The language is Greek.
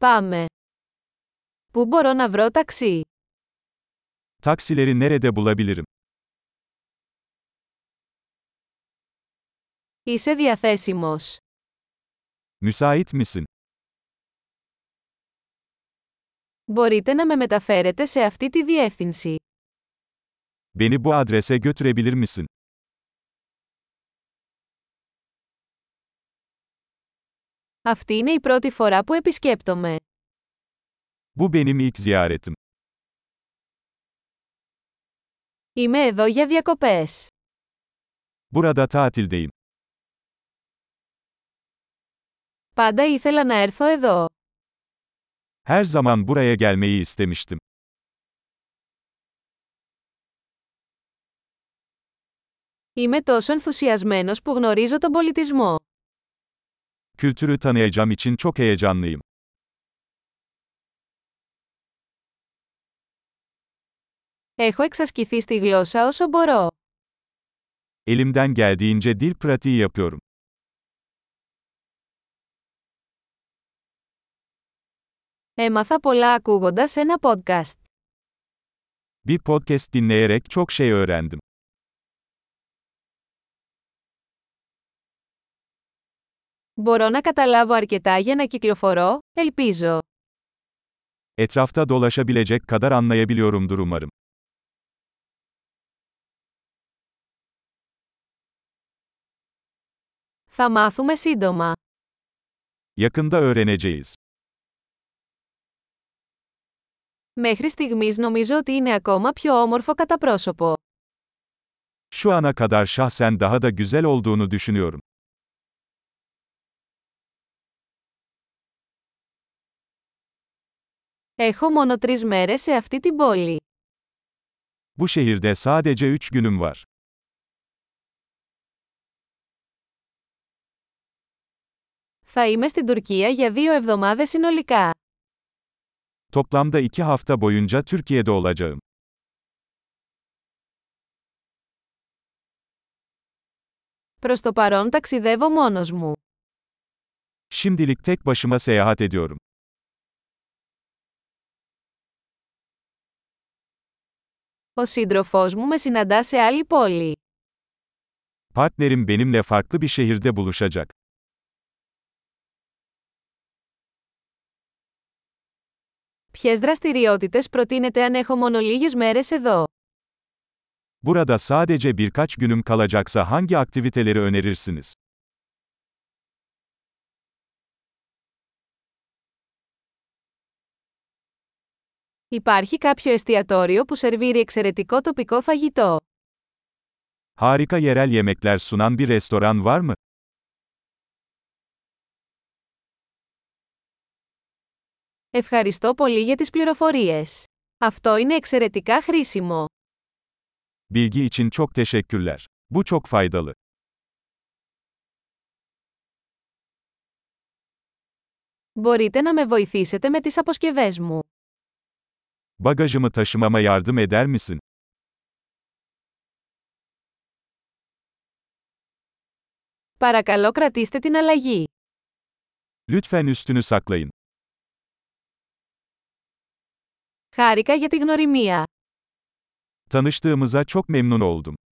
Πάμε. Πού μπορώ να βρω ταξί? Taksileri nerede bulabilirim? Είσαι διαθέσιμος. Müsait misin? Μπορείτε να με μεταφέρετε σε αυτή τη διεύθυνση. Beni bu adrese götürebilir misin? Αυτή είναι η πρώτη φορά που επισκέπτομαι. Bu benim ilk ziyaretim. Είμαι εδώ για διακοπές. Burada tatildeyim. Πάντα ήθελα να έρθω εδώ. Her zaman buraya gelmeyi istemiştim. Είμαι τόσο ενθουσιασμένος που γνωρίζω τον πολιτισμό. Kültürü tanıyacağım için çok heyecanlıyım. Έχω εξασκηθεί στη γλώσσα όσο μπορώ. Elimden geldiğince dil pratiği yapıyorum. Έμαθα πολλά ακούγοντας ένα podcast. Bir podcast dinleyerek çok şey öğrendim. Μπορώ να καταλάβω αρκετά για να κυκλοφορώ, ελπίζω. Etrafta dolaşabilecek kadar anlayabiliyorumdur umarım. Θα μάθουμε σύντομα. Yakında öğreneceğiz. Μέχρι στιγμής νομίζω ότι είναι ακόμα πιο όμορφο κατά πρόσωπο. Şu ana kadar şahsen daha da güzel olduğunu düşünüyorum. Έχω μόνο τρεις μέρες σε αυτή την πόλη. Bu şehirde sadece 3 günüm var. Θα είμαι στην Τουρκία για δύο εβδομάδες συνολικά. Toplamda 2 hafta boyunca Türkiye'de olacağım. Προς το παρόν ταξιδεύω μόνος μου. Şimdilik tek başıma seyahat ediyorum. Ο σύντροφός μου με συναντά σε άλλη πόλη. Partnerim benimle farklı bir şehirde buluşacak. Ποιες δραστηριότητες προτείνετε αν έχω μόνο λίγες μέρες εδώ. Burada sadece birkaç günüm kalacaksa hangi aktiviteleri önerirsiniz? Υπάρχει κάποιο εστιατόριο που σερβίρει εξαιρετικό τοπικό φαγητό. Harika yerel yemekler sunan bir restoran var mı? Ευχαριστώ πολύ για τις πληροφορίες. Αυτό είναι εξαιρετικά χρήσιμο. Bilgi için çok teşekkürler. Bu çok faydalı. Μπορείτε να με βοηθήσετε με τις αποσκευές μου. Bagajımı taşımama yardım eder misin? Παρακαλώ κρατήστε την αλλαγή. Lütfen üstünü saklayın. Χάρηκα για τη γνωριμία. Tanıştığımıza çok memnun oldum.